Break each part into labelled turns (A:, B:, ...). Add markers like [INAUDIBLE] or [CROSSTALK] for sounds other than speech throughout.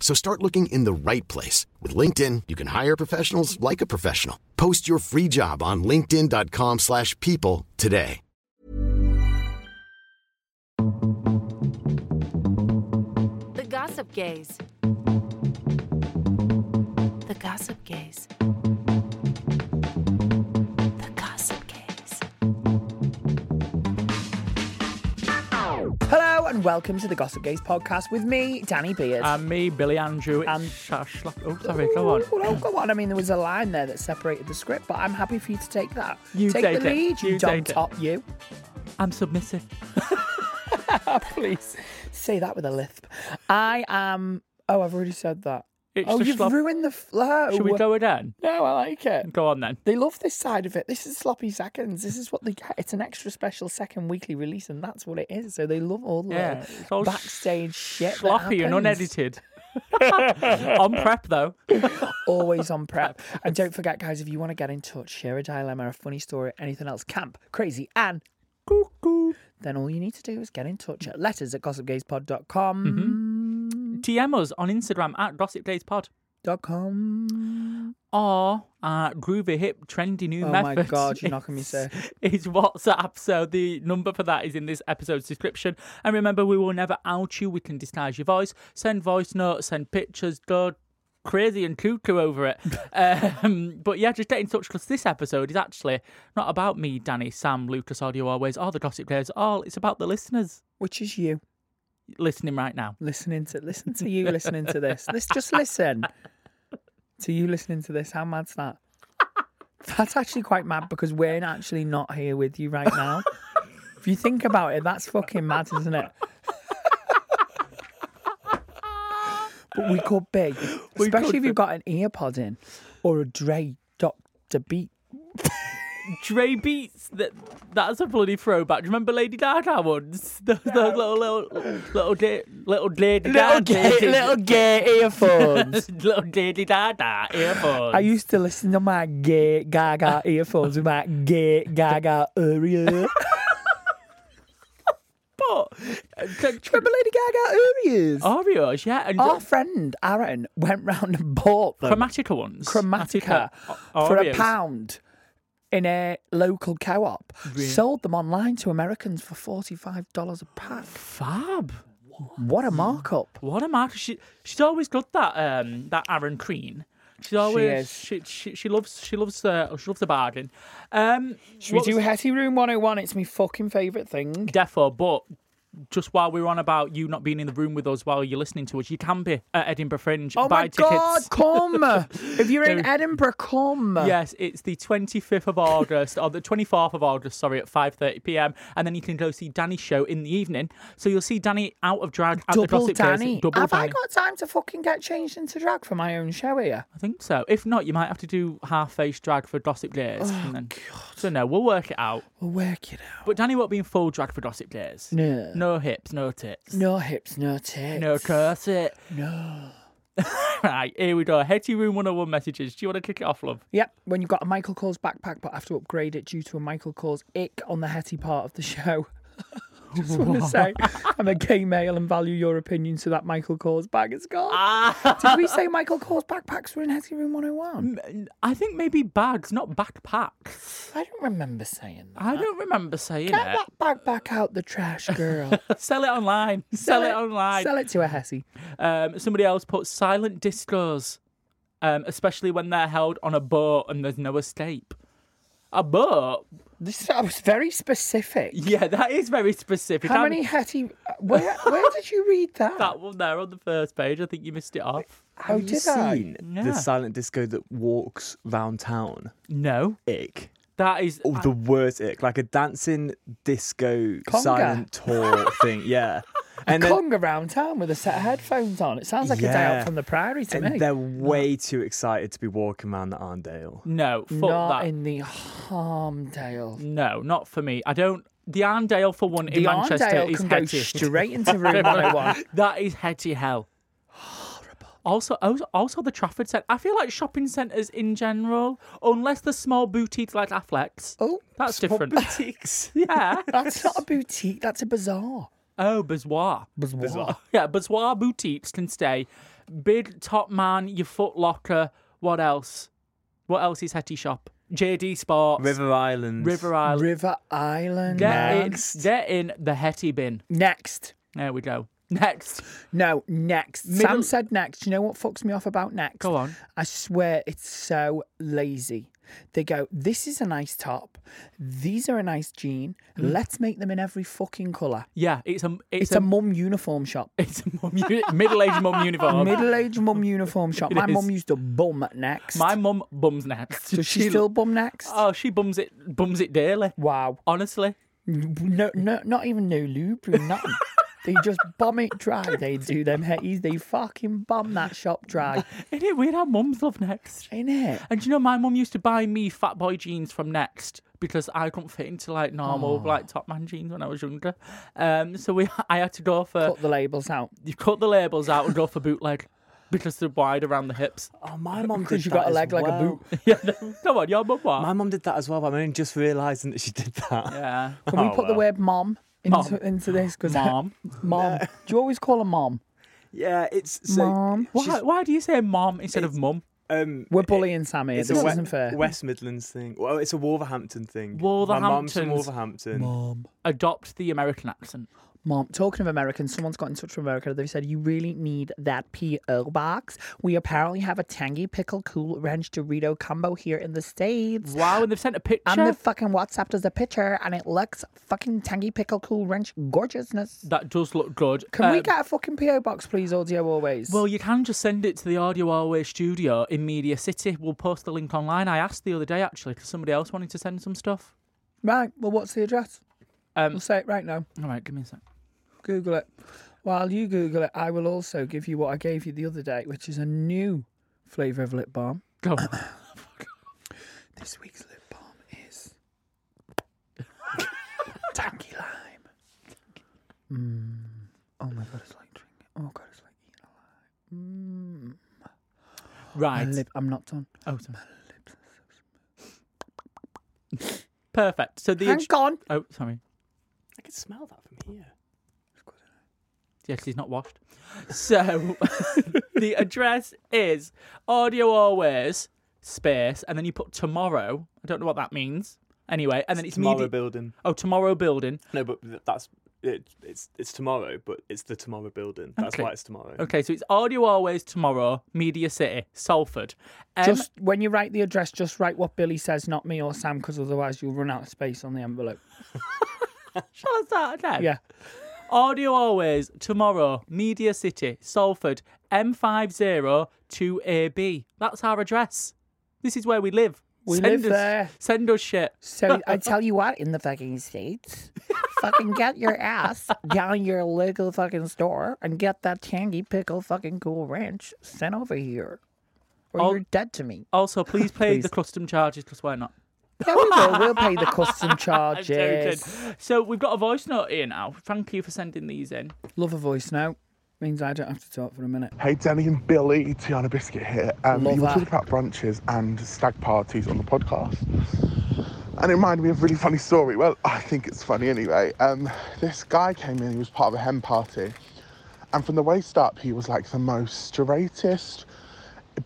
A: So start looking in the right place. With LinkedIn, you can hire professionals like a professional. Post your free job on linkedin.com/people slash people today.
B: The Gossip Gaze. The Gossip Gaze. The Gossip Gaze.
C: Hello and welcome to the Gossip Gaze podcast with me, Danny Beard.
D: And me, Billy Andrew.
C: And-
D: And Shashla. Oh, sorry, Um,
C: [LAUGHS]
D: go on.
C: Ooh, oh, go on. I mean, there was a line there that separated the script, but I'm happy for you to take that.
D: You
C: take
D: take
C: the
D: it.
C: lead.
D: You
C: John
D: take it.
C: Top. You
D: I'm submissive.
C: [LAUGHS]
D: Please.
C: say that with a lisp. I am. Oh, I've already said that.
D: It's
C: oh,
D: the
C: you've
D: slop-
C: ruined the flow.
D: [LAUGHS] Should we go again?
C: No, I like it.
D: Go on then.
C: They love this side of it. This is sloppy seconds. This is what they get. It's an extra special second weekly release, and that's what it is. So they love all the
D: Yeah.
C: little
D: It's all
C: backstage shit. that
D: Sloppy and
C: happens. [LAUGHS]
D: unedited. On prep, though.
C: always on prep. and don't forget, guys, if you want to get in touch, share a dilemma, a funny story, anything else, camp, crazy, and cuckoo, then all you need to do is get in touch at letters at gossipgazepod.com.
D: DM us on Instagram at Gossip Days Pod.
C: Dot com.
D: Or uh, Groovy Hip Trendy New
C: Oh my
D: Method.
C: God, you're knocking me
D: is- Is WhatsApp. So the number for that is in this episode's description. And remember, we will never out you. We can disguise your voice, send voice notes, send pictures, go crazy and cuckoo
C: [LAUGHS]
D: over it. um, but yeah, just get in touch because this episode is actually not about me, Danny, Sam, Lucas, Audio Always, or the Gossip Players, all. It's about the listeners
C: Which is you
D: listening right now.
C: listening to listen to you listening to this. [LAUGHS] Let's just listen to you listening to this. How mad's that? That's actually quite mad because we're actually not here with you right now. if you think about it, that's fucking mad, isn't it? but we could be,
D: We
C: especially
D: could
C: if
D: be.
C: you've got an earpod in or a Dre Dr Beat.
D: Dre Beats, that, that's a bloody throwback. Do you remember Lady Gaga ones? [LAUGHS] Those, those little, little, little, da- little Lady
C: Little
D: Gaga.
C: gay, little gay
D: [LAUGHS]
C: earphones.
D: little Lady Gaga earphones.
C: I used to listen to my gay gaga earphones with my gay gaga area.
D: But, uh, t- t-
C: [LAUGHS] Remember Lady Gaga earrings?
D: Oreos, yeah. And
C: Our friend Aaron went round and bought them.
D: Chromatica ones.
C: Chromatica Oh,
D: O-
C: for a
D: Oreos.
C: pound in a local co-op. Sold them online to Americans for forty-five dollars a pack.
D: Fab.
C: What a markup!
D: What a mark. She, she's always got that um that Aaron Crean. She's always
C: is.
D: she, she, she loves she loves uh, she loves a bargain. Um
C: Should we
D: what
C: do
D: was-
C: Hetty Room One Hundred and One? It's my fucking favourite thing.
D: Defo, but just while we were on about you not being in the room with us while you're listening to us, you can be at Edinburgh Fringe.
C: Oh my
D: Buy tickets.
C: god! Come [LAUGHS] if you're in
D: No.
C: Edinburgh, come.
D: Yes, it's the 25th of August, or the 24th of August, sorry, at 5.30 pm. And then you can go see Danny's show in the evening. So you'll see Danny out of drag at the
C: Double
D: Gossip Days.
C: Danny.
D: Double
C: Have
D: Danny.
C: I got time to fucking get changed into drag for my own show here?
D: I think so. If not, you might have to do half face drag for Gossip Days.
C: Oh,
D: and then... So no, we'll work it out.
C: We'll work it out.
D: But Danny won't be in full drag for Gossip Days.
C: No.
D: No hips, no tits.
C: No hips, no tits.
D: No corset.
C: No.
D: [LAUGHS] right, here we go. Head to your room 101 messages. Do you want to kick it off, love?
C: Yep, when you've got a Michael Kors backpack but have to upgrade it due to a Michael Kors ick on the Hetty part of the show. [LAUGHS] Just
D: [LAUGHS]
C: want to say, I'm a gay male and value your opinion, so that Michael Kors bag is gone.
D: Ah.
C: Did we
D: [LAUGHS]
C: say Michael Kors backpacks were in Hetty Room 101?
D: I think maybe bags, not backpacks.
C: I don't remember saying that.
D: I don't remember saying
C: Get
D: it.
C: that bag back out the trash, girl.
D: [LAUGHS] Sell it online. Sell, it online.
C: Sell it to a Hessie.
D: Um, somebody else put silent discos, um, especially when they're held on a boat and there's no escape. A boat?
C: This that was very specific.
D: Yeah, that is very specific.
C: How
D: I'm-
C: many Hetty? Where, where did you read that?
D: [LAUGHS] That one there on the first page. I think you missed it off.
C: How
E: Have you
C: did I?
E: seen
D: Yeah.
E: the silent disco that walks round town?
D: No,
E: Ick.
D: that is.
E: Oh, the worst ick. Like a dancing disco
C: [LAUGHS]
E: silent tour thing. Yeah. And then
C: Clung around town with a set of headphones on. It sounds like a day
E: Yeah.
C: out from the priory to me.
E: and they're way too excited to be walking around the Arndale.
D: No, fuck
C: Not
D: that.
C: in the Harmdale.
D: No, not for me. I don't. The Arndale for one in
C: the
D: Manchester
C: Arndale
D: is
C: can go
D: heady. [LAUGHS]
C: straight into room 101.
D: that is heady hell. Horrible. Also, also, also the Trafford Centre. I feel like shopping centres in general, unless they're small boutiques like Affleck's.
C: Oh,
D: that's
C: [LAUGHS]
D: different.
E: Boutiques.
D: [LAUGHS] yeah.
C: that's not a boutique. That's a bazaar.
D: Oh, Bazoar.
C: Bazaar.
D: [LAUGHS] Yeah, Bazoar boutiques can stay. Big Top Man, your Foot Locker. What else? What else is Hetty Shop? JD Sports.
E: River Island.
D: River Island.
C: River Island.
D: Get in,
C: Next.
D: get in the Hetty bin.
C: Next.
D: There we go. Next.
C: No, next.
D: Middle-
C: Sam said next. You know what fucks me off about next?
D: Go on.
C: I swear it's so lazy. They go, this is a nice top. These are a nice jean. Let's make them in every fucking colour.
D: Yeah, it's a it's,
C: It's a mum uniform shop.
D: [LAUGHS] it's a mum uni- middle-aged mum uniform.
C: Middle aged mum uniform shop.
D: Oh. It
C: My mum
D: is.
C: used to bum next.
D: My mum bums next.
C: Does she still bum next?
D: Oh, she bums it bums it daily.
C: wow.
D: Honestly, [LAUGHS]
C: No, no, not even no lube, nothing. they just bum it dry. They do them hetties. They fucking bum that shop dry.
D: isn't it weird how mums love Next?
C: Ain't it?
D: And do you know, my mum used to buy me fat boy jeans from Next because I couldn't fit into like normal like top man jeans when I was younger. Um, so we [LAUGHS] I had to go for
C: Put the labels out.
D: you cut the labels out and go for bootleg because they're wide around the hips. [LAUGHS]
E: Oh, my mum did
C: Because you
E: that
C: got a
E: as
C: leg like a
E: well.
C: boot.
D: yeah, no, come on, your mum what?
E: My mum did that as well, but I'm only just realising that she did that.
D: yeah,
C: Can we
E: Oh,
C: put the
E: well.
C: word mom into,
D: Mom.
C: into this? Because
D: [LAUGHS] mom.
C: [LAUGHS] mom. Do you always call her mom?
E: [LAUGHS] Yeah, it's so
C: Mum.
D: Why, why do you say mom instead of mum?
E: um
C: We're bullying Sammy. This
E: It's a we-
C: isn't fair.
E: West Midlands thing. Well, it's a Wolverhampton thing. My mum's
D: Wolverhamptons.
E: from Wolverhampton.
C: Mom.
D: Adopt the American accent.
C: Mom. Talking of Americans, someone's got in touch from America. They've said, You really need that P.O. box. We apparently have a tangy pickle cool ranch Dorito combo here in the States.
D: Wow, and they've sent a picture.
C: And the fucking WhatsApp does a picture and it looks fucking tangy pickle cool ranch gorgeousness.
D: That does look good.
C: Can we
D: Um,
C: get a fucking P.O. box, please, audio always?
D: Well, you can just send it to the Audio Always Studio in Media City. We'll post the link online. I asked the other day actually because somebody else wanted to send some stuff.
C: right. Well, what's the address?
D: Um,
C: we'll say it right now.
D: All right, give me a sec.
C: Google it. While you Google it, I will also give you what I gave you the other day, which is a new flavour of lip balm.
D: Go.
C: [COUGHS] This week's lip balm is [LAUGHS] tangy lime. Mm. Oh my god, it's like drinking. Oh god, it's like eating a
D: right.
C: lime. My lip. I'm not done.
D: Oh, sorry. Perfect. So the
C: Hang on.
D: oh sorry.
E: I can smell that from here.
D: Yes, he's not washed. So [LAUGHS] the address is Audio Always space, and then you put tomorrow. I don't know what that means. Anyway, and then it's
E: tomorrow
D: media.
E: building.
D: oh, tomorrow building.
E: No, but th- that's it, it's it's tomorrow, but it's the tomorrow building. That's
D: Okay.
E: why it's tomorrow.
D: Okay, so it's Audio Always tomorrow, Media City, Salford. Um,
C: Just when you write the address, just write what Billy says, not me or Sam, because otherwise you'll run out of space on the envelope.
D: shall I start again?
C: Yeah.
D: Audio Always tomorrow, Media City, Salford, M502AB. That's our address. This is where we live.
C: We
D: send
C: live
D: us,
C: there.
D: Send us shit.
F: So I tell you what, in the fucking states, fucking get your ass down your local fucking store and get that tangy pickle fucking cool ranch sent over here, or
D: All-
F: you're dead to me.
C: [LAUGHS]
D: Also, please pay the custom charges because why not?
C: Yeah, we will. We'll pay the custom
D: [LAUGHS] I'm joking.
C: charges.
D: So we've got a voice note here now. Thank you for sending these in.
C: Love a voice note. Means I don't have to talk for a minute.
G: Hey Denny and Billy, Tiana Biscuit here. Um,
C: Love
G: you were
C: that.
G: talking about brunches and stag parties on the podcast. And it reminded me of a really funny story. Well, I think it's funny anyway. Um, this guy came in, he was part of a hen party. And from the waist up, he was like the most straightest.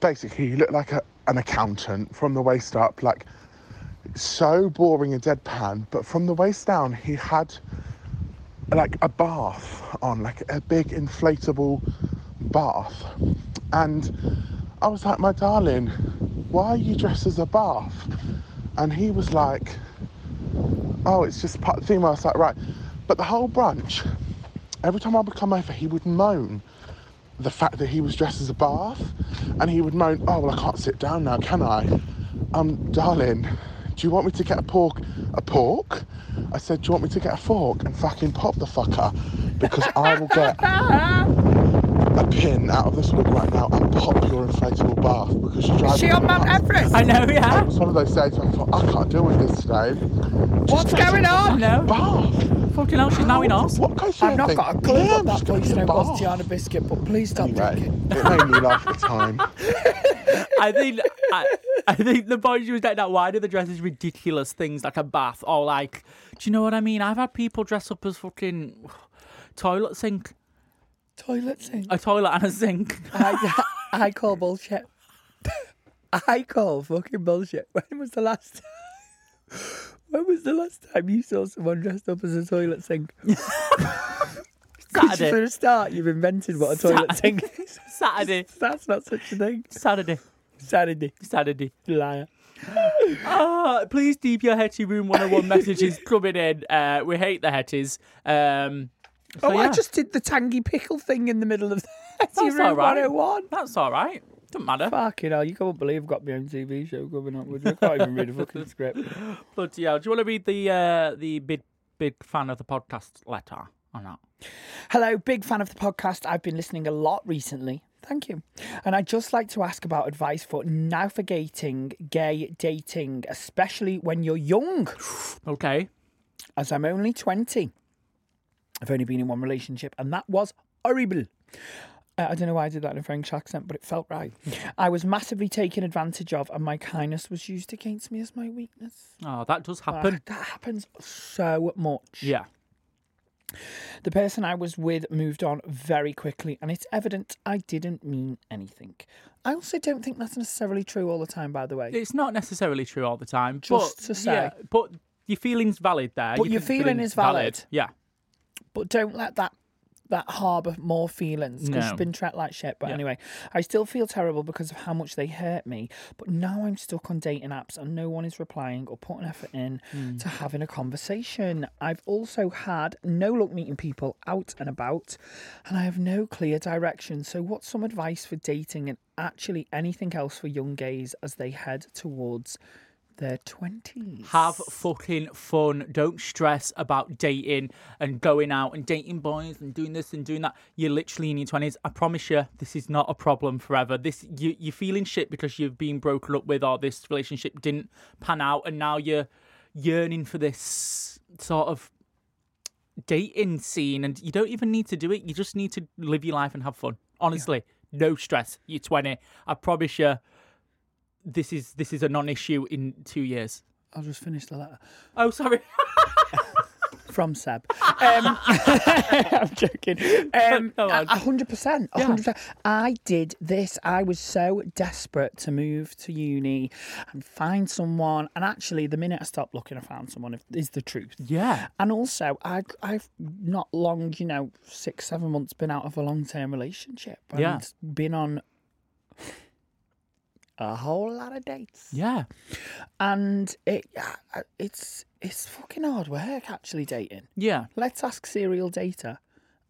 G: Basically, he looked like a, an accountant from the waist up, like so boring and deadpan. But from the waist down, he had like a bath on, like a big inflatable bath. And I was like, my darling, why are you dressed as a bath? And he was like, oh, it's just part of the theme. I was like, right. But the whole brunch, every time I would come over, he would moan the fact that he was dressed as a bath. And he would moan, oh, well, I can't sit down now, can I? Um, darling, do you want me to get a pork? A pork? I said, do you want me to get a fork and fucking pop the fucker? Because I will
F: [LAUGHS]
G: get a pin out of this wig right now and pop your inflatable bath because you drive
F: She
G: me
F: on Mount
G: nuts.
F: Everest.
D: I know, [LAUGHS]
G: It
D: yeah.
G: was one of those days where I thought, I can't deal with this today.
F: What's going
D: I
F: on?
D: know.
G: Bath!
D: Fucking hell, she's now in us.
G: What goes through
C: I've not
G: your
C: got a
G: thing?
C: clue
G: Yeah,
C: what
G: I'm
C: that
G: just gonna
C: voice
G: get a
C: note was,
G: bath.
C: Tiana Biscuit, but please stop
G: Anyway,
C: drinking.
G: it made me laugh at the time.
D: I think I, I think the point she was getting at why do they dress as ridiculous things like a bath or like do you know what I mean? I've had people dress up as fucking toilet sink.
C: Toilet sink.
D: A toilet and a sink. [LAUGHS]
C: I, [LAUGHS] I call bullshit. I call fucking bullshit. [LAUGHS] When was the last time? [LAUGHS] When was the last time you saw someone dressed up as a toilet sink? 'Cause [LAUGHS]
D: Saturday.
C: For a start, you've invented what a toilet sink is. [LAUGHS]
D: Saturday.
C: That's not such a thing.
D: Saturday.
C: Saturday,
D: Saturday.
C: liar.
D: Uh, please keep your Hetty Room
C: [LAUGHS]
D: 101 messages coming in. Uh, we hate the Hetties. Um, so,
C: Oh, I
D: yeah.
C: just did the tangy pickle thing in the [LAUGHS] middle of that.
D: That's all right.
C: 101.
D: That's all right. Doesn't matter.
C: Fucking hell, you can't believe I've got my own TV show coming up. Would you? I can't even read a
D: [LAUGHS]
C: fucking script.
D: Bloody hell. Do you want to read the uh, the big big fan of the podcast letter or not?
C: Hello, big fan of the podcast. I've been listening a lot recently. Thank you. And I'd just like to ask about advice for navigating gay dating, especially when you're young,
D: Okay.
C: as I'm only 20. I've only been in one relationship, and that was horrible. Uh, I don't know why I did that in a French accent, but it felt right. I was massively taken advantage of, and my kindness was used against me as my weakness.
D: Oh, that does
C: Ah,
D: happen.
C: that happens so much.
D: Yeah.
C: The person I was with moved on very quickly, and it's evident I didn't mean anything. I also don't think that's necessarily true all the time, by the way.
D: It's not necessarily true all the time.
C: Just
D: but,
C: to say.
D: Yeah, but your feeling's valid there.
C: But your feeling
D: feeling's
C: is valid.
D: Yeah.
C: but don't let that that harbour more feelings because
D: No.
C: you've been treated like shit. But
D: Yeah.
C: anyway, I still feel terrible because of how much they hurt me. But now I'm stuck on dating apps and no one is replying or putting effort in
D: Hmm.
C: to having a conversation. I've also had no luck meeting people out and about, and I have no clear direction. So, what's some advice for dating and actually anything else for young gays as they head towards their twenties?
D: Have fucking fun. Don't stress about dating and going out and dating boys and doing this and doing that. You're literally in your twenties. I promise you, this is not a problem forever. This you you're feeling shit because you've been broken up with or this relationship didn't pan out and now you're yearning for this sort of dating scene and you don't even need to do it. You just need to live your life and have fun. Honestly, no stress. You're twenty. I promise you this is this is a non issue in two years.
C: I'll just finish the letter.
D: Oh, sorry. [LAUGHS]
C: from Seb. Um, [LAUGHS] I'm joking. Um,
D: Go on.
C: a hundred percent. a hundred percent. I did this. I was so desperate to move to uni and find someone. And actually, the minute I stopped looking, I found someone. if- Is the truth.
D: Yeah.
C: And also, I, I've not long, you know, six, seven months been out of a long term relationship. And
D: Yeah.
C: Been on a whole lot of dates
D: Yeah.
C: and it uh, it's it's fucking hard work actually dating.
D: Yeah.
C: Let's ask serial data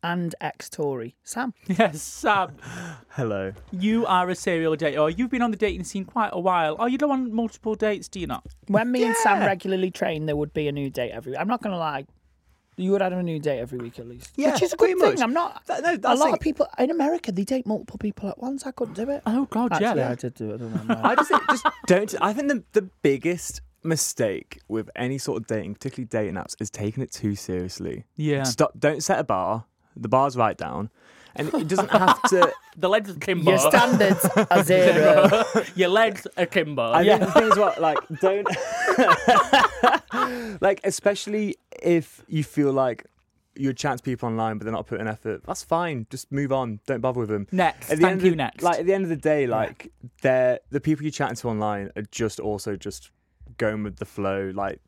C: and ex Tory Sam.
D: Yes, Sam.
E: Hello.
D: You are a serial dater. Oh, You've been on the dating scene quite a while. Oh, you go on multiple dates, do you not?
C: When me and Sam regularly train, there would be a new date every. I'm not gonna lie. You would have a new date every week at least,
E: Yeah,
C: which is a
E: pretty
C: good thing.
E: much.
C: I'm not.
E: That- no,
C: a
E: that's
C: lot
E: it.
C: of people in America they date multiple people at once. I couldn't do it.
D: Oh, God,
C: actually,
D: yeah.
C: I did do it. I don't know.
E: [LAUGHS] [LAUGHS] I just think,
C: [LAUGHS]
E: just don't. I think the the biggest mistake with any sort of dating, particularly dating apps, is taking it too seriously.
D: Yeah.
E: Stop. Don't set a bar. The bar's right down, and
C: [LAUGHS]
E: it doesn't have to.
D: The legs are kimbo.
F: Your standards
E: [LAUGHS]
F: are zero.
D: [LAUGHS] Your legs are kimbo.
E: I think the thing
D: [LAUGHS]
E: is what like don't [LAUGHS] like especially if you feel like you chance people online but they're not putting effort. That's fine. Just move on. Don't bother with them.
D: Next.
E: At the
D: Thank
E: end
D: you,
E: of,
D: next.
E: Like at the end of the day, like they're the people you chat to online are just also just going with the flow. Like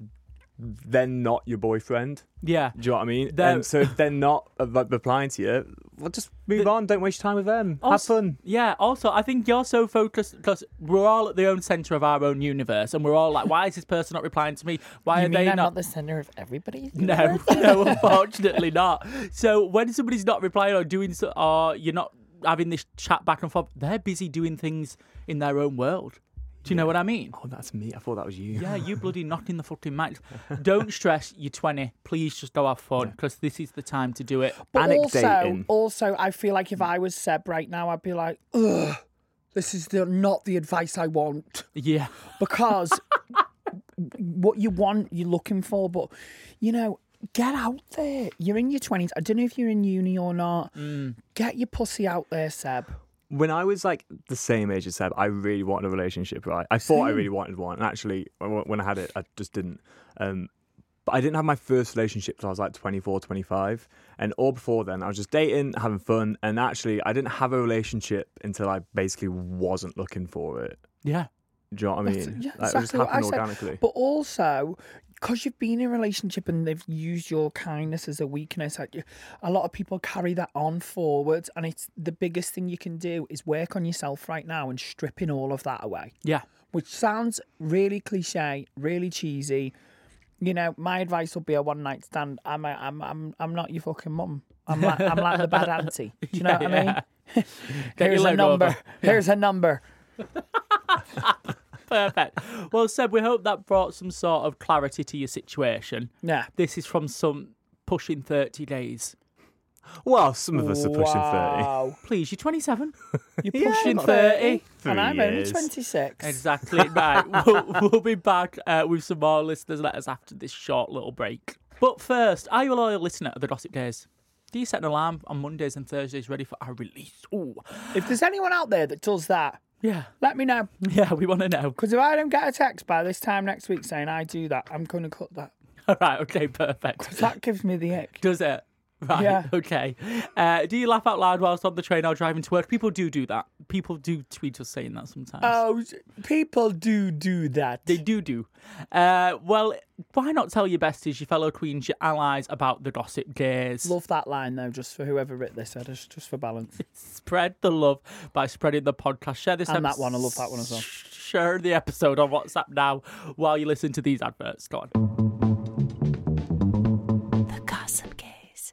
E: they're not your boyfriend.
D: yeah.
E: Do you know what I mean?
D: They're-
E: and so if they're not uh, like, replying to you, well, just move on. Don't waste your time with them. Have
D: Also-
E: fun.
D: Yeah. Also, I think you're so focused because we're all at the own center of our own universe, and we're all like, "Why is this person not replying to me? Why
F: You
D: are
F: mean
D: they
F: I'm
D: not?"
F: not the center of
E: [LAUGHS]
F: everybody's
D: no,
F: universe?
D: [LAUGHS] no, unfortunately not. So when somebody's not replying or doing, so, or you're not having this chat back and forth, they're busy doing things in their own world. Do you know what I mean?
E: Oh, that's me. I thought that was you.
D: Yeah, you bloody knocking the fucking mic. Don't stress. You're 20. Please just go have fun because this is the time to do it.
C: But also,
E: Anecdating.
C: also, I feel like if I was Seb right now, I'd be like, ugh, this is the, not the advice I want.
D: Yeah.
C: because what you want, you're looking for. But you know, get out there. You're in your twenties. I don't know if you're in uni or not.
E: Mm.
C: Get your pussy out there, Seb.
E: when I was like the same age as Seb, I really wanted a relationship, right? I thought I really wanted one. And actually, w- when I had it, I just didn't. Um, but I didn't have my first relationship till I was like 24, 25. And all before then, I was just dating, having fun. And actually, I didn't have a relationship until I basically wasn't looking for it.
D: Yeah.
E: Do you know what I mean?
C: That's- yeah,
E: Like, it just
C: exactly what I
E: happened
C: said.
E: organically.
C: But also, because you've been in a relationship and they've used your kindness as a weakness, like you, a lot of people carry that on forward. And it's the biggest thing you can do is work on yourself right now and stripping all of that away.
D: Yeah.
C: which sounds really cliche, really cheesy. You know, my advice would be a one night stand. I'm, a, I'm, I'm, I'm not your fucking mum. I'm like, I'm like the
D: [LAUGHS]
C: bad auntie. Do you know what I [LAUGHS] mean?
D: your
C: Here's a
D: leg
C: number.
D: over.
C: Here's a number.
D: Perfect. Well, Seb, we hope that brought some sort of clarity to your situation.
C: Yeah.
D: This is from some pushing 30 days.
E: well, some of us are pushing 30. [LAUGHS]
C: wow.
D: Please, you're 27.
C: You're
D: Yeah,
C: pushing
D: I'm
C: 30,
E: Three
C: and I'm only
E: years.
C: 26.
D: Exactly. Right.
C: [LAUGHS]
D: We'll, we'll be back uh, with some more listeners' letters after this short little break. But first, are you a loyal listener of the Gossip Days? Do you set an alarm on Mondays and Thursdays ready for our release? Ooh.
C: If there's anyone out there that does that,
D: Yeah.
C: let me know.
D: Yeah, we want to know. [LAUGHS]
C: Because if I don't get a text by this time next week saying I do that, I'm going to cut that.
D: All right. Okay. Perfect.
C: That gives me the ick.
D: Does it? Right.
C: Yeah.
D: Okay. Uh, do you laugh out loud whilst on the train or driving to work? People do do that. People do tweet us saying that sometimes.
C: Oh, people do do that.
D: They do do. Uh, well, why not tell your besties, your fellow queens, your allies about the gossip days?
C: Love that line though, just for whoever writ this, I just just for balance. [LAUGHS]
D: Spread the love by spreading the podcast. Share this
C: And
D: episode.
C: that one, I love that one as well.
D: Share the episode on WhatsApp now while you listen to these adverts. Go on.
B: The Gossip Gaze.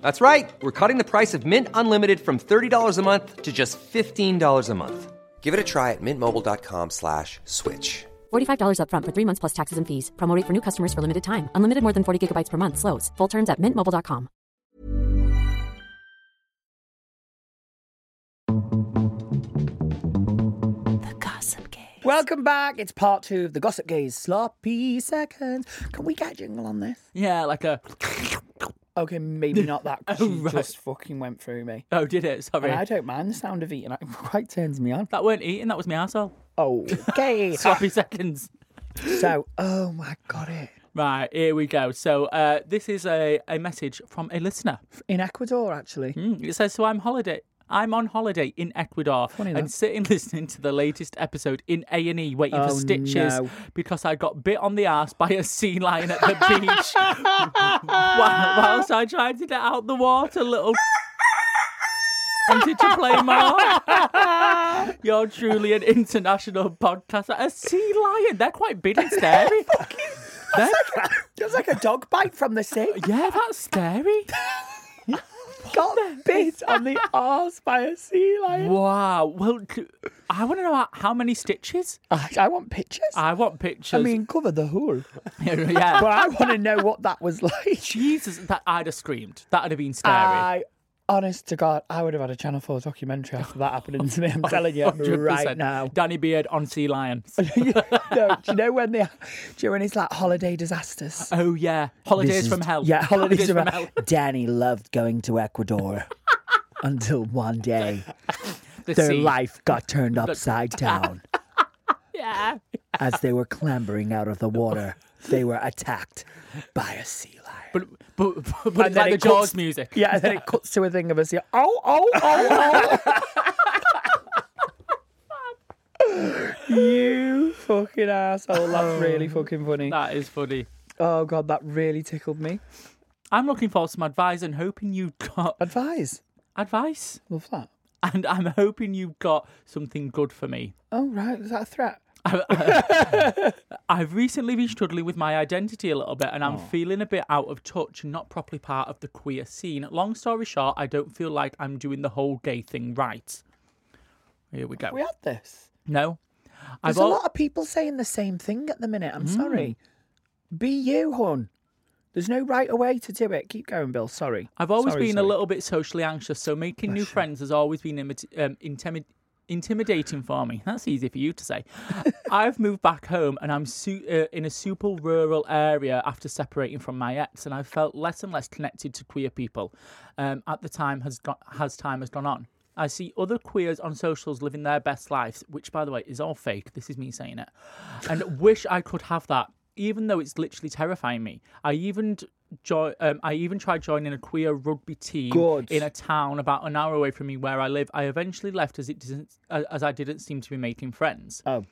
H: That's right. We're cutting the price of Mint Unlimited from $30 a month to just $15 a month. Give it a try at mintmobile.com slash switch.
I: $45 upfront for three months plus taxes and fees. Promo rate for new customers for limited time. Unlimited more than 40 gigabytes per month. Slows. Full terms at mintmobile.com.
B: The Gossip Gaze.
F: Welcome back. It's part two of the Gossip Gaze sloppy seconds. Can we get a jingle on this?
D: Yeah, like a. [COUGHS]
C: Okay, maybe not that. 'cause
D: Oh,
C: she
D: right.
C: just fucking went through me.
D: Oh, did it? Sorry.
C: And I don't mind the sound of eating. It [LAUGHS] quite turns me on.
D: That weren't eating, that was my arsehole.
C: Oh, [LAUGHS]
F: Okay.
D: Sloppy seconds.
C: so oh my god, it
D: Right, here we go. So uh, this is a, a message from a listener.
C: in Ecuador actually.
D: Mm, It says, so I'm holiday. I'm on holiday in Ecuador and sitting [LAUGHS] listening to the latest episode in A and E, waiting for
C: Oh,
D: stitches
C: no.
D: because I got bit on the ass by a sea lion
C: [LAUGHS]
D: at the beach [LAUGHS] while, whilst I tried to get out the water, little. [LAUGHS] Wanted to play
C: [LAUGHS]
D: more. You're truly an international podcaster. A sea lion, they're quite big and scary. They're-
C: That's like a dog bite from the sea.
D: [LAUGHS] [LAUGHS] yeah,
C: [LAUGHS]
D: that's scary.
C: Got bit on the arse by a sea lion.
D: Wow. Well, c- I want to know how- how many stitches.
C: I, I want pictures. I,
D: I want pictures.
C: mean, cover the whole. [LAUGHS]
D: yeah.
C: But I want to know what that was [LAUGHS] like.
D: Jesus, that I'd have screamed. That'd have been scary.
C: I, honest to God, I would have had a Channel 4 documentary after that happening to me.
D: [LAUGHS]
C: I'm telling you
D: Oh, 100%.
C: right now. [LAUGHS]
D: Danny Beard on sea lions.
C: no, do you know when they? Do you know when it's like holiday disasters?
D: oh yeah, holidays from hell.
C: Yeah, holidays from hell.
D: [LAUGHS]
C: Danny loved going to [LAUGHS] Ecuador until one
D: [LAUGHS]
C: day
D: The
C: their
D: sea.
C: life got turned upside down.
D: Yeah.
C: As they were clambering out of the water, they were attacked by a sea lion.
D: But but, but, but it's like the
C: cuts-
D: Jaws music.
C: Yeah, and
D: [LAUGHS]
C: then it cuts to a thing of a sea. Oh, oh, oh, oh. you fucking asshole! That's really fucking funny.
D: Oh. That is funny.
C: Oh god, that really tickled me.
D: I'm looking for some advice and hoping
C: [LAUGHS]
D: you've got
C: Advise.
D: advice.
C: Love that.
D: And I'm hoping you've got something good for me.
C: Oh right, is that a threat?
D: I've recently been struggling with my identity a little bit and
C: Oh.
D: I'm feeling a bit out of touch and not properly part of the queer scene. Long story short, I don't feel like I'm doing the whole gay thing right. Here we go.
C: We had this.
D: No.
C: There's
D: I've
C: a
D: al-
C: lot of people saying the same thing at the minute. I'm sorry.
D: Mm.
C: Be you, hon. There's no right way to do it. Keep going, Bill. Sorry.
D: I've always
C: Sorry,
D: been
C: sorry.
D: a little bit socially anxious, so making new friends has always been imit- um, intimi- intimidating for me. That's easy for you to say. [LAUGHS] I've moved back home and I'm su- uh, in a super rural area after separating from my ex, and I've felt less and less connected to queer people um, at the time has got has time has gone on. I see other queers on socials living their best lives, which, by the way, is all fake. This is me saying it. And wish I could have that, even though it's literally terrifying me. I even join. Um, I even tried joining a queer rugby team
C: Good.
D: in a town about an hour away from me where I live. I eventually left as it didn't, as as I didn't seem to be making friends.
C: Oh.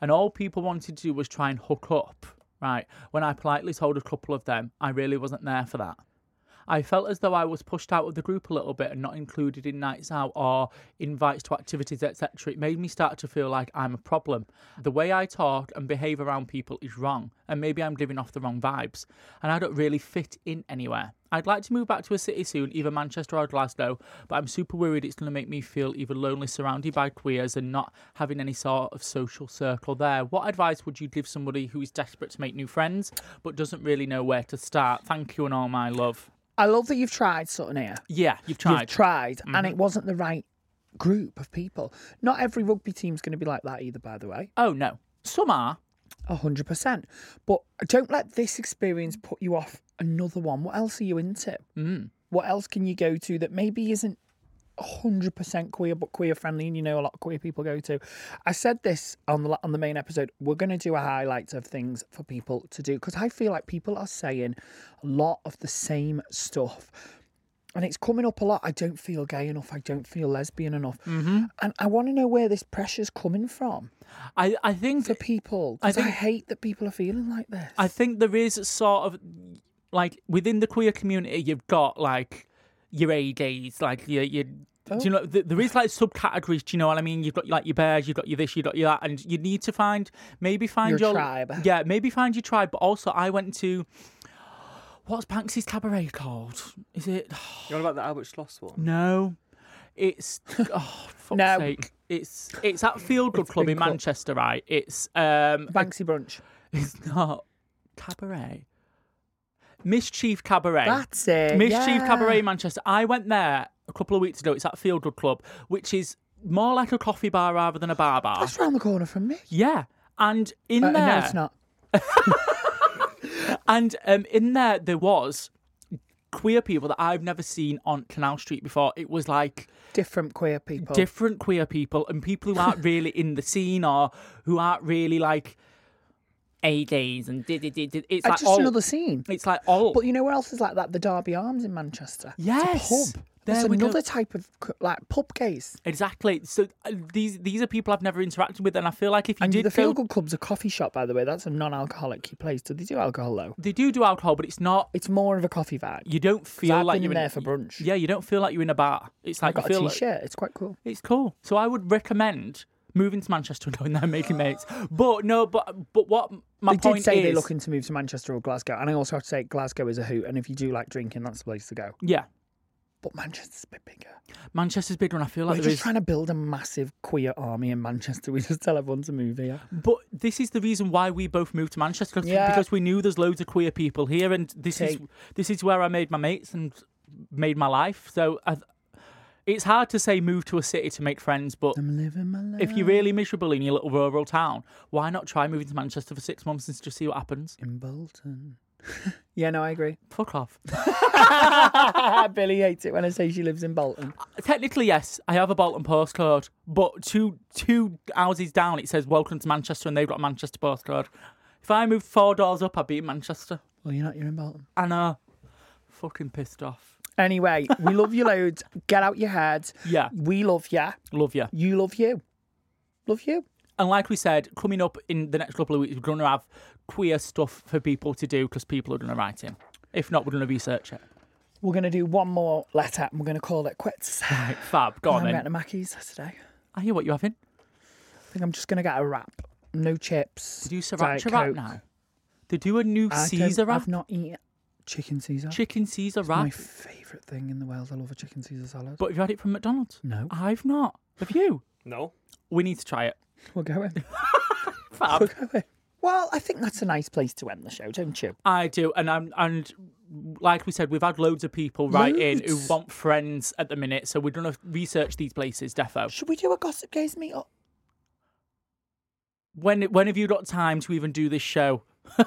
D: And all people wanted to do was try and hook up. Right. When I politely told a couple of them, I really wasn't there for that. I felt as though I was pushed out of the group a little bit and not included in nights out or invites to activities, etc. It made me start to feel like I'm a problem. The way I talk and behave around people is wrong, and maybe I'm giving off the wrong vibes, and I don't really fit in anywhere. I'd like to move back to a city soon, either Manchester or Glasgow, but I'm super worried it's going to make me feel even lonely surrounded by queers and not having any sort of social circle there. What advice would you give somebody who is desperate to make new friends but doesn't really know where to start? Thank you and all my love.
C: I love that you've tried something here.
D: Yeah, you've tried. Mm-hmm.
C: You've tried, and it wasn't the right group of people. Not every rugby team's going to be like that either, by the way.
D: oh no, some are.
C: A 100%. But don't let this experience put you off another one. What else are you into?
D: Mm.
C: What else can you go to that maybe isn't 100% queer but queer friendly and you know a lot of queer people go to? I said this on the on the main episode. We're going to do a highlight of things for people to do because I feel like people are saying a lot of the same stuff. And it's coming up a lot. I don't feel gay enough. I don't feel lesbian enough. And I want to know where this pressure's coming from
D: I I think
C: for people.
D: I
C: 'cause I,
D: think-
C: hate that people are feeling like this.
D: I think there is sort of like within the queer community, you've got like your A gays, like your your Do you know th- there is like subcategories? Do you know what I mean? You've got like your bears, you've got your this, you've got your that, and you need to find maybe find your,
C: Your tribe.
D: Yeah, maybe find your tribe. But also, I went to what's Banksy's cabaret called? Is it
E: You're on about the Albert Schloss one.
D: no? It's
C: [LAUGHS]
D: oh fuck's
C: No.
D: sake! It's it's at Feel Good
C: It's
D: Club
C: been
D: in
C: clo-
D: Manchester, right? It's um
C: Banksy brunch.
D: it's not cabaret. Mischief Cabaret.
C: That's it.
D: Mischief
C: yeah.
D: Cabaret in Manchester. I went there a couple of weeks ago. It's at Fieldwood Club, which is more like a coffee bar rather than a bar bar.
C: That's round the corner from me.
D: Yeah. And in
C: Uh,
D: there,
C: no, it's not.
D: and um, in there, there was queer people that I've never seen on Canal Street before. It was like
C: Different queer people.
D: different queer people and people who aren't really in the scene or who aren't really like a gays and did did did. did. It's
C: Uh,
D: like
C: just
D: all,
C: another scene.
D: It's like all.
C: But you know where else is like that? The Derby Arms in Manchester.
D: Yes.
C: It's a pub. There's
D: There we go.
C: another type of c- like pub case.
D: Exactly. So uh, these these are people I've never interacted with, and I feel like if you
C: And
D: did
C: the Feel
D: go-
C: Good Club's a coffee shop, by the way. That's a non-alcoholic place. So they do alcohol though.
D: they do do alcohol, but it's not.
C: It's more of a coffee vibe.
D: You don't feel
C: I've
D: like
C: been
D: you're
C: there
D: in,
C: for brunch.
D: Yeah, you don't feel like you're in a bar. It's
C: I
D: like you
C: got
D: feel
C: a
D: like-
C: t-shirt. It's quite cool.
D: it's cool. So I would recommend moving to Manchester and going there and making mates. But no, but but what my
C: they
D: point
C: did say
D: is,
C: they're looking to move to Manchester or Glasgow, and I also have to say Glasgow is a hoot. And if you do like drinking, that's the place to go.
D: yeah,
C: But Manchester's a bit bigger.
D: Manchester's bigger, and I feel like
C: We're
D: there
C: just
D: is.
C: trying to build a massive queer army in Manchester. [LAUGHS] We just tell everyone to move here.
D: But this is the reason why we both moved to Manchester 'cause-
C: Yeah.
D: because we knew there's loads of queer people here, and this is
C: Take-
D: this is where I made my mates and made my life. So I, it's hard to say move to a city to make friends, but
C: I'm living my life
D: if you're really miserable in your little rural town, why not try moving to Manchester for six months and just see what happens?
C: in Bolton. [LAUGHS] yeah, no, I agree.
D: [LAUGHS] Fuck off.
C: Billy hates it when I say she lives in Bolton.
D: Technically, yes, I have a Bolton postcode, but two two houses down it says welcome to Manchester, and they've got a Manchester postcode. If I moved four doors up, I'd be in Manchester.
C: Well, you're not. You're in Bolton.
D: And uh, fucking pissed off.
C: Anyway, we love you loads. Get out your head.
D: Yeah.
C: We love ya.
D: Love you.
C: You love you. Love you.
D: And like we said, coming up in the next couple of weeks, we're going to have queer stuff for people to do because people are going to write in. If not, we're going to
C: [LAUGHS]
D: research it.
C: We're gonna do one more letter and we're gonna call it quits.
D: Right, fab. Go on
C: I'm
D: then.
C: getting a Mackey's today.
D: I hear what you're having.
C: I think I'm just gonna get a wrap. No chips.
D: They do
C: Diet
D: sriracha wrap
C: Coke.
D: now. They do a new
C: I don't-
D: Caesar wrap.
C: I've not eaten chicken Caesar.
D: Chicken Caesar
C: It's my
D: wrap.
C: favourite thing in the world. I love a chicken Caesar salad.
D: But have you had it from McDonald's?
C: No.
D: I've not. Have you?
E: No.
D: We need to try it.
C: we're going.
D: [LAUGHS] Fab.
C: We're going. Well, I think that's a nice place to end the show, don't you?
D: I do, and I'm and like we said, we've had loads of people write in who
C: Loads.
D: want friends at the minute, so we're gonna research these places, defo.
C: Should we do a Gossip Gaze meetup?
D: When when have you got time to even do this show? [LAUGHS]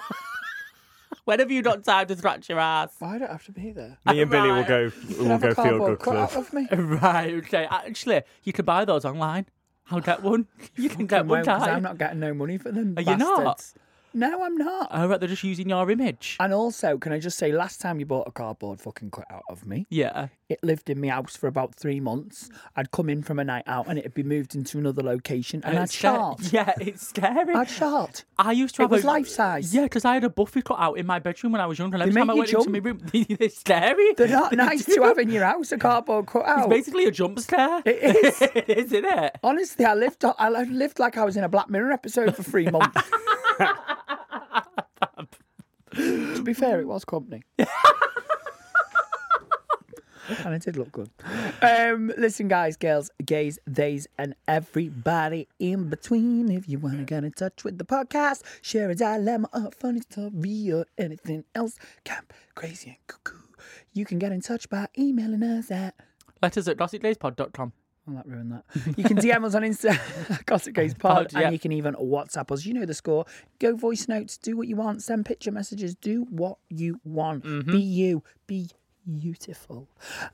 D: when have you got time to scratch your ass?
C: Why don't I have to be there?
E: Me and Billy will go. We'll
C: Have a
E: go feel
C: cardboard
E: good
C: cutout
E: club.
C: of
D: [LAUGHS]
C: me.
D: Right, okay. Actually, you can buy those online. I'll get one. You can get
C: Fucking
D: one,
C: won't, 'cause
D: can't
C: I'm
D: you?
C: not getting no money for them.
D: Are you not?
C: bastards. No, I'm not.
D: Oh, right, they're just using your image.
C: And also, can I just say, last time you bought a cardboard fucking cut out of me,
D: Yeah.
C: it lived in my house for about three months. I'd come in from a night out and it'd be moved into another location and, I'd
D: Uh, it's scar-
C: shart.
D: [LAUGHS] Yeah, it's scary.
C: I'd
D: [LAUGHS]
C: shart.
D: I used to
C: It
D: have
C: was
D: a,
C: life-size.
D: Yeah, because I had a Buffy cut out in my bedroom when I was younger. And
C: They
D: every time I
C: make
D: went
C: you
D: into my room, [LAUGHS] they're scary.
C: They're not
D: They
C: nice
D: do.
C: to have in your house, a cardboard
D: It's
C: cutout.
D: basically a jump scare.
C: Oh. It is.
D: [LAUGHS] it is, isn't it?
C: Honestly, I lived, I lived like I was in a Black Mirror episode for three months. to be fair, it was company. and it did look good. Um, listen, guys, girls, gays, theys, and everybody in between. If you want to get in touch with the podcast, share a dilemma, a funny story, or anything else, camp crazy and cuckoo, you can get in touch by emailing us at
D: Letters at gossipdayspod.com.
C: well, that ruined that. You can DM us on Insta, [LAUGHS] Gossip
D: [LAUGHS]
C: Gaze Pod,
D: Pod, yeah.
C: and you can even WhatsApp us. You know the score. Go voice notes, do what you want, send picture messages, do what you want.
D: Mm-hmm.
C: Be you, be beautiful.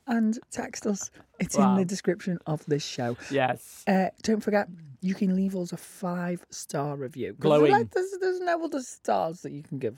C: And text us. It's in
D: Wow.
C: the description of this show.
D: Yes.
C: Uh, don't forget, you can leave us a five star review. 'Cause
D: Glowing.
C: Like, there's, there's no other stars that you can
D: [LAUGHS]
C: give.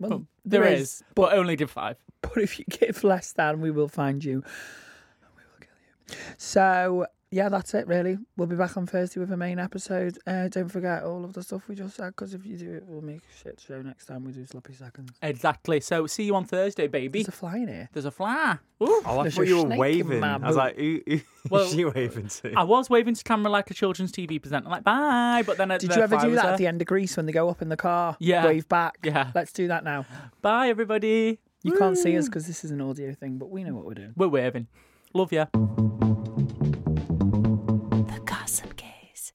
C: Well,
D: there is, but only did five.
C: but if you give less than, we will find you. We will kill you. So yeah, that's it, really. We'll be back on Thursday with a main episode. Uh, don't forget all of the stuff we just said, because if you do it, we'll make a shit show next time we do sloppy seconds.
D: Exactly. So see you on Thursday, baby.
C: There's a fly in here.
D: There's a fly. Ooh.
E: Oh, I
C: There's
E: thought
C: a
E: you were
C: snake in
E: waving.
C: my
E: I was
C: boot.
E: like, who, who
D: Well,
E: is she waving to?
D: I was waving to camera like a children's TV presenter, like bye. But then I,
C: Did
D: the
C: you ever
D: fly
C: do
D: was
C: that
D: there.
C: at the end of Greece when they go up in the car?
D: Yeah.
C: Wave back.
D: Yeah.
C: Let's do that now.
D: Bye, everybody.
C: You can't see us because this is an audio thing, but we know what we're doing.
D: We're waving. Love ya.
B: The Gossip Gaze.